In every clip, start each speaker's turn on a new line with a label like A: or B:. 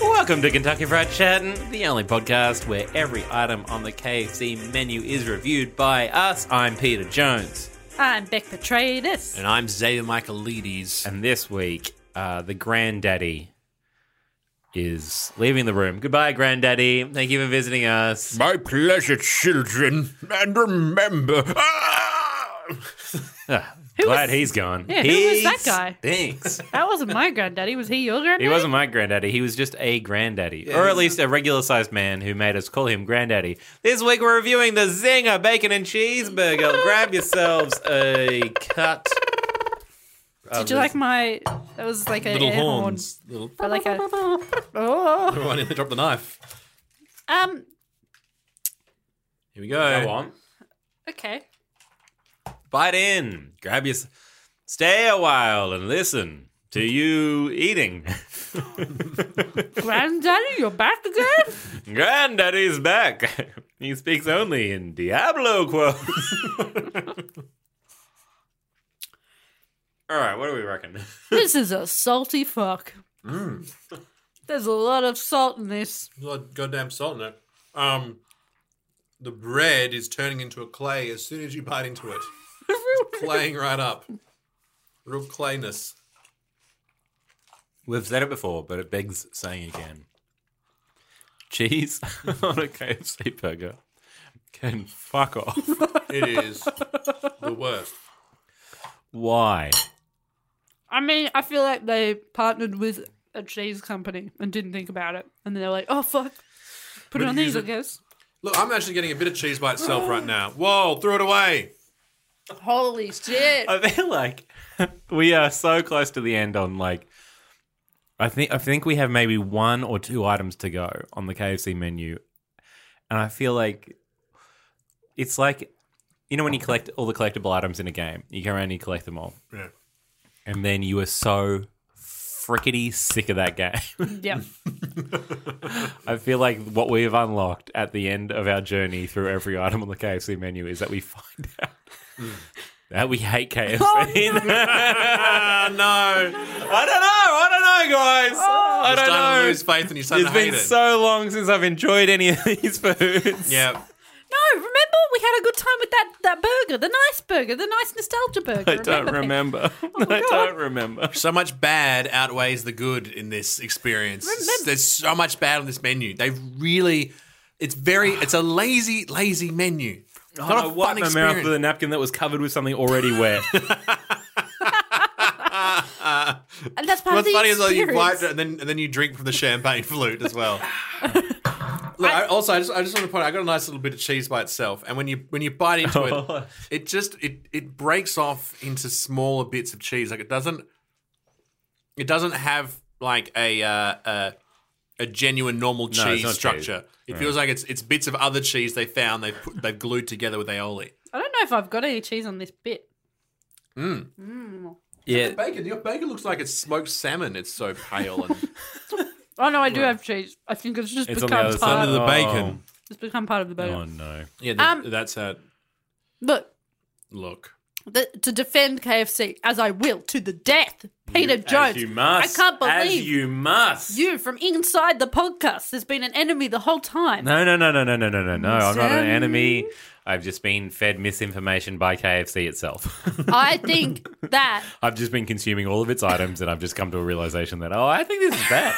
A: Welcome to Kentucky Fried Chattin', the only podcast where every item on the KFC menu is reviewed by us. I'm Peter Jones,
B: I'm Beck Petraeus.
C: And I'm Zaya Michaelides.
A: and this week, uh, the granddaddy is leaving the room. Goodbye, granddaddy. Thank you for visiting us.
C: My pleasure, children. And remember. ah!
A: Glad he's gone.
B: Yeah, who was that
C: He's-
B: guy?
A: Thanks.
B: That wasn't my granddaddy. Was he your granddaddy?
A: He wasn't my granddaddy. He was just a granddaddy, or at least a regular sized man who made us call him granddaddy. This week we're reviewing the Zinger Bacon and Cheeseburger. Grab yourselves a cut.
B: Did you like my? That was like a
C: Little
B: air
C: horns. Little,
B: Horn, but like a. Oh.
C: everyone in the drop the knife.
B: Um.
C: Here we go.
A: Go on.
B: Okay.
A: Bite in. Grab your. Stay a while and listen to you eating.
B: Granddaddy, you're back again.
A: Granddaddy's back. He speaks only in Diablo quotes. All right, what do we reckon?
B: this is a salty fuck. There's a lot of salt in this.
C: There's a lot of goddamn salt in it. Um, the bread is turning into a clay as soon as you bite into it. Claying right up. Real clayness.
A: We've said it before, but it begs saying again. Cheese on a KFC burger can fuck off.
C: It is the worst.
A: Why?
B: I mean, I feel like they partnered with a cheese company and didn't think about it, and then they're like, "Oh fuck, put it on these." I guess.
C: Look, I'm actually getting a bit of cheese by itself right now. Whoa, threw it away.
B: Holy shit!
A: I feel like we are so close to the end on like I think I think we have maybe one or two items to go on the KFC menu. And I feel like it's like you know when you collect all the collectible items in a game, you go around and you collect them all.
C: Yeah.
A: And then you are so frickety sick of that game.
B: yeah.
A: I feel like what we've unlocked at the end of our journey through every item on the KFC menu is that we find out that we hate KFC.
C: Ah, no.
A: I don't know. I don't know, guys.
B: Oh.
A: I
C: You're
A: don't
C: starting
A: know.
C: to lose faith and you're starting
A: it's
C: to hate
A: been
C: it.
A: so long since I've enjoyed any of these foods.
C: yeah.
B: No, remember we had a good time with that, that burger, the nice burger, the nice nostalgia burger.
A: I don't remember.
B: Oh
A: I don't remember.
C: So much bad outweighs the good in this experience.
B: Remember-
C: There's so much bad on this menu. They really, it's very, it's a lazy, lazy menu. It's not a
A: wiped my
C: fun
A: mouth
C: experience.
A: with a napkin that was covered with something already wet.
B: And that's part
C: What's
B: of the
C: funny is like
B: experience.
C: you wiped it and then and then you drink from the champagne flute as well. Look, I, also I just I just want to point out I got a nice little bit of cheese by itself, and when you when you bite into
A: Oh.
C: it, it just it it breaks off into smaller bits of cheese. Like it doesn't it doesn't have like a uh, uh, a genuine normal
A: it's
C: cheese
A: not
C: structure. It feels like it's it's bits of other cheese they found they put they've glued together with aioli.
B: I don't know if I've got any cheese on this bit.
A: yeah.
C: Bacon, your bacon looks like it's smoked salmon. It's so pale and
B: Oh no, I do have cheese. I think it's just
A: It's on the
B: become
A: other
B: part.
A: side
B: Of
A: of
B: the...
A: the-
C: bacon.
B: It's become part of the burger.
A: Oh no.
C: Oh. Yeah,
B: Um,
C: that's that
B: Look,
C: look.
B: the, to defend KFC as I will to the death, Peter Jones.
A: As you must.
B: I can't
A: As
B: believe
A: you must.
B: you from inside the podcast has been an enemy the whole time.
A: No, no, no, no, no, no, no, no, no. I'm not an
B: Sam?
A: enemy. I've just been fed misinformation by KFC itself.
B: I think that
A: I've just been consuming all of its items, and I've just come to a realization that oh, I think this is bad.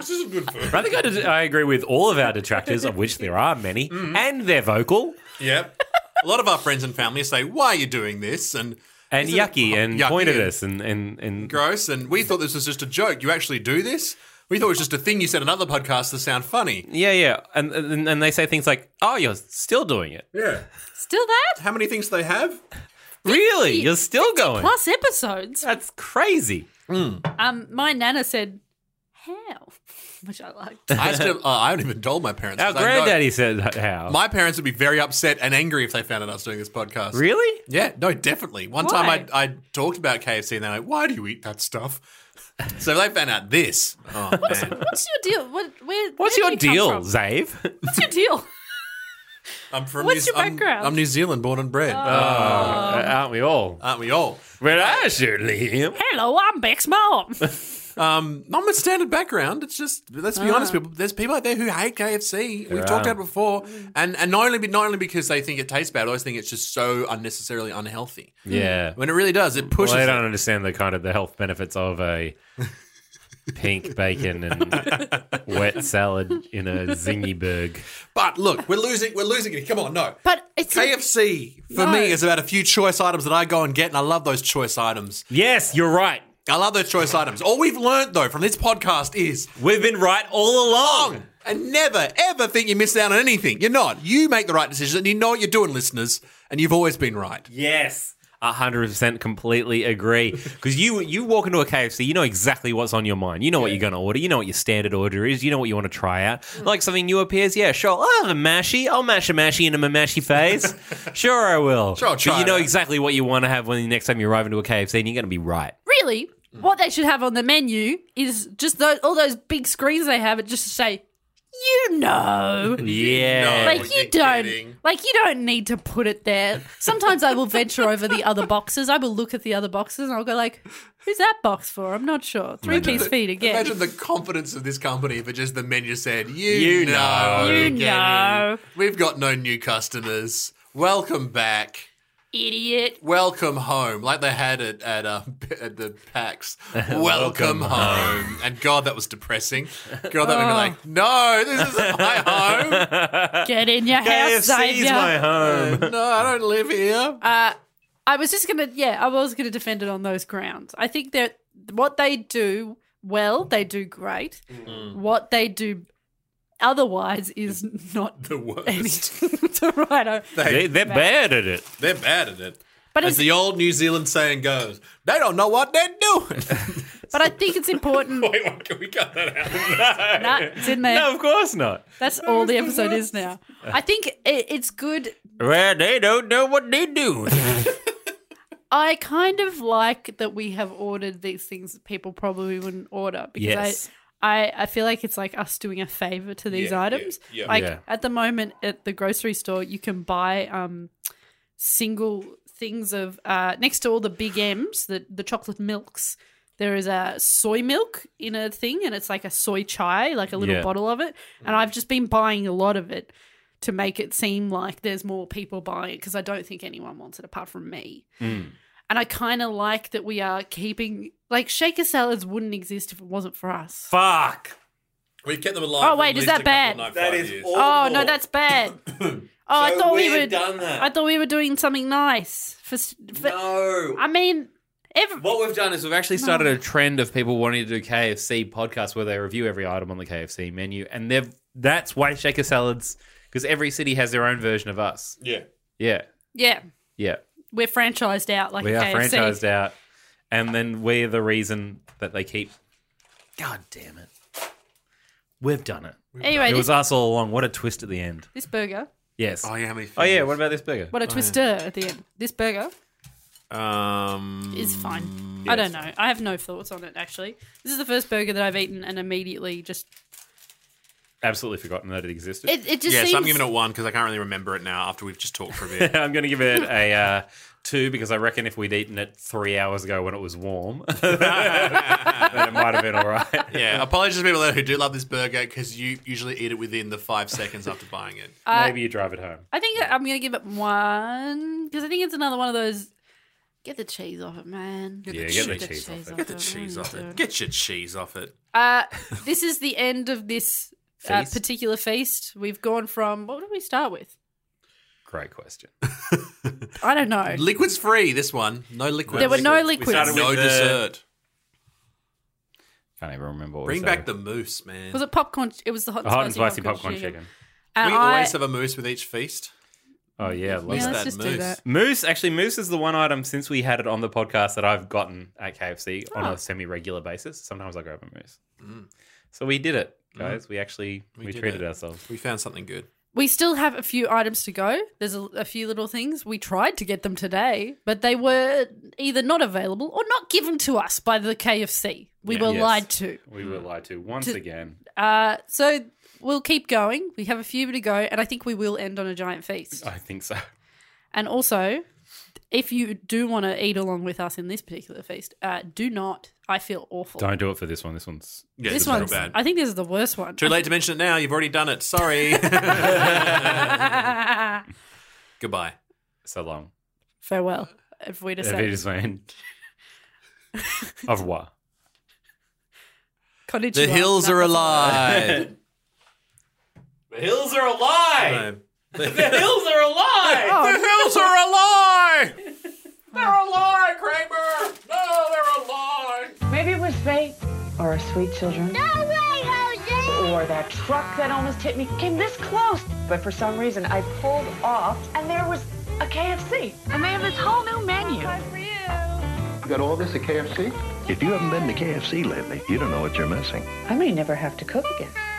C: This is good food.
A: I think I, did- I agree with all of our detractors, of which there are many,
C: Mm-hmm.
A: and they're vocal
C: Yep. A lot of our friends and family say, "Why are you doing this?" and
A: and
C: Isn't it-
A: yucky and
C: Yucky
A: point at
C: and-
A: us and and and
C: gross. And we thought this was just a joke. You actually do this? We thought it was just a thing you said on other podcasts to sound funny.
A: yeah, yeah, and, and and they say things like, "Oh, you're still doing it?
C: Yeah.
B: still that
C: How many things do they have?
A: Really? You're still going?
B: plus episodes.
A: That's crazy."
B: Um, my nana said, "How," which I liked.
C: I still, uh, I haven't even told my parents.
A: Our
C: 'cause I know-
A: granddaddy said that how?
C: My parents would be very upset and angry if they found out I was doing this podcast.
A: really?
C: Yeah, no, definitely. One
B: Why?
C: time I, I talked about KFC and they're like, why do you eat that stuff? So they found out this. Oh, man.
B: What's your deal? What, where,
A: What's
B: where
A: your
B: do you
A: deal,
B: come from?
A: Zave?
B: What's your deal?
C: I'm from
B: What's
C: New-
B: your
C: I'm-
B: background? Oh.
C: I'm, New Zealand, born and bred. uh, Um,
A: Aren't we all?
C: Aren't we all?
A: Well, I certainly am.
B: Hello, I'm Beck's mom.
C: Um, notwithstanding background, it's just let's be
A: Ah.
C: honest, people. There's people out there who hate KFC. We've talked
A: are.
C: about it before, and and not only be- not only because they think it tastes bad, I always think it's just so unnecessarily unhealthy.
A: Yeah.
C: When it really does, it
A: Well,
C: Hmm. pushes.
A: they
C: it.
A: don't understand the kind of the health benefits of a pink bacon and wet salad in a zingy burg.
C: But look, we're losing. We're losing it. Come on, no.
B: But it's
C: KFC for
B: No.
C: me is about a few choice items that I go and get, and I love those choice items.
A: Yes, you're right.
C: I love those choice items. All we've learned though from this podcast is
A: We've been right all along.
C: wrong. And never, ever think you miss out on anything. You're not. You make the right decisions and you know what you're doing, listeners, and you've always been right.
A: Yes. 100% completely agree because you you walk into a KFC you know exactly what's on your mind you know what you're going to order you know what your standard order is you know what you want to try out like something new appears yeah sure I'll have a mashy I'll mash a mashy into my mashy phase sure I will
C: Sure, I'll
A: But
C: try
A: you know
C: that.
A: exactly what you want to have when the next time you arrive into a KFC and you're going to be right
B: really what they should have on the menu is just those, all those big screens they have. It just to say, you know.
A: yeah
C: No.
B: Like
C: Well,
B: you
C: you're
B: don't,
C: kidding.
B: like you don't need to put it there. Sometimes I will venture over the other boxes. I will look at the other boxes and I'll go like, "Who's that box for?" I'm not sure. Three piece feed again.
C: Imagine the confidence of this company for just the menu said, you,
A: You
C: know.
A: know.
B: You
C: we're getting-
B: know.
C: We've got no new customers. Welcome back.
B: Idiot.
C: Welcome home. Like they had it at, uh, at the PAX. Welcome, home. And God, that was depressing. God, that
B: Oh.
C: would be like, no, this isn't my home.
B: Get in your house,
A: KFC is
B: Xavier.
A: my home
C: no, I don't live here.
B: Uh, I was just gonna, yeah, I was gonna defend it on those grounds. I think that what they do well, they do great. What they do otherwise is not
C: the
B: any
C: worst.
B: to write over.
A: they, they're bad at it
C: They're bad at it.
B: But
C: As
B: it's,
C: the old New Zealand saying goes, they don't know what they're doing.
B: but I think it's important.
C: Wait, what, can we cut that out?
B: nah, it's in there.
A: no of course not
B: That's all the episode is now. I think it, it's good.
A: well they don't know what they do
B: I kind of like that we have ordered these things that people probably wouldn't order because
A: Yes.
B: I, I, I feel like it's like us doing a favor to these
C: Yeah, yeah,
B: items.
C: yeah.
B: Like
A: Yeah.
B: at the moment at the grocery store, you can buy um, single things of uh, next to all the big M's, the, the chocolate milks. There is a soy milk in a thing, and it's like a soy chai, like a little
A: Yeah.
B: bottle of it. And I've just been buying a lot of it to make it seem like there's more people buying it because I don't think anyone wants it apart from me.
A: Mm.
B: And I kind of like that we are keeping like shaker salads wouldn't exist if it wasn't for us.
A: fuck
C: We've kept them alive.
B: Oh, wait, is that bad?
C: That is all.
B: Oh no, that's bad. Oh, I thought we
A: we've
B: were.
A: done that.
B: I thought we were doing something nice for. s- for
A: no
B: I mean, every,
A: What we've done is we've actually started a trend of people wanting to do KFC podcasts where they review every item on the KFC menu, and they've that's why shaker salads because every city has their own version of us.
C: Yeah.
A: Yeah,
B: yeah,
A: yeah,
B: we're franchised out like
A: we are
B: KFC.
A: franchised out, and then we're the reason that they keep. God damn it, we've done it.
B: Anyway,
A: It was
B: this,
A: us all along. What a twist at the end.
B: this burger.
A: Yes.
C: Oh, yeah, how many
A: Oh yeah.
C: fingers?
A: What about this burger?
B: What a twister at the end. This burger
C: Um,
B: is fine.
A: Mm,
B: I don't know. I have no thoughts on it actually. This is the first burger that I've eaten and immediately just
A: Absolutely forgotten that it existed.
B: it, it just
C: yeah,
B: seems
C: so I'm giving it one because I can't really remember it now after we've just talked for a bit.
A: I'm going to give it a uh, two because I reckon if we'd eaten it three hours ago when it was warm, then it might have been all right.
C: yeah, apologies to people who do love this burger because you usually eat it within the five seconds after buying it.
A: Maybe you drive it home.
B: I think I'm gonna give it one because I think it's another one of those. Get the cheese off it, man.
A: Yeah, get the cheese off it.
C: Get the cheese off it. Get your cheese off it.
B: Uh, this is the end of this uh,
A: Feast?
B: particular feast. We've gone from what did we start with?
A: Great question.
B: I don't know.
C: Liquids free, this one. No liquids.
B: There were no
A: We
B: liquids.
A: started
C: no
A: with the-
C: dessert.
A: Can't even remember. What
C: Bring back the moose, man.
B: Was it popcorn? It was the hot,
A: the hot and spicy popcorn chicken.
B: And
C: we
B: I,
C: always have a moose with each feast.
A: Oh yeah, I love
B: yeah,
A: that.
B: let's
C: that
B: just do
C: moose.
B: that.
A: Moose, actually, moose is the one item since we had it on the podcast that I've gotten at KFC on a semi-regular basis. Sometimes I grab a moose. So we did it, guys. We actually we,
C: Mm. did
A: treated
C: it.
A: ourselves.
C: We found something good.
B: We still have a few items to go. There's a, a few little things we tried to get them today, but they were either not available or not given to us by the KFC. We
A: Yeah.
B: were
A: Yes.
B: lied to.
A: We
C: Mm.
A: were lied to once again.
B: Uh, so we'll keep going. We have a few to go, and I think we will end on a giant feast.
A: I think so.
B: And also, if you do want to eat along with us in this particular feast, uh, do not I feel awful.
A: Don't do it for this one. This one's
C: Yeah,
B: this
C: is real
B: one's.
C: bad.
B: I think this is the worst one.
C: Too late to mention it now. You've already done it. Sorry. Goodbye.
A: so long.
B: Farewell. If we just
A: If it is when. Au revoir.
C: The hills are alive.
A: The hills are alive. The hills are alive.
C: The hills are alive. they're alive, Kramer. No, they're alive.
D: Maybe it was fate, or our sweet children,
E: No way, Jose!
D: or that truck that almost hit me came this close. But for some reason, I pulled off, and there was a KFC, and they have this whole new menu.
F: You got all this at KFC?
G: If you haven't been to KFC lately, you don't know what you're missing.
D: I may never have to cook again.
A: Oh,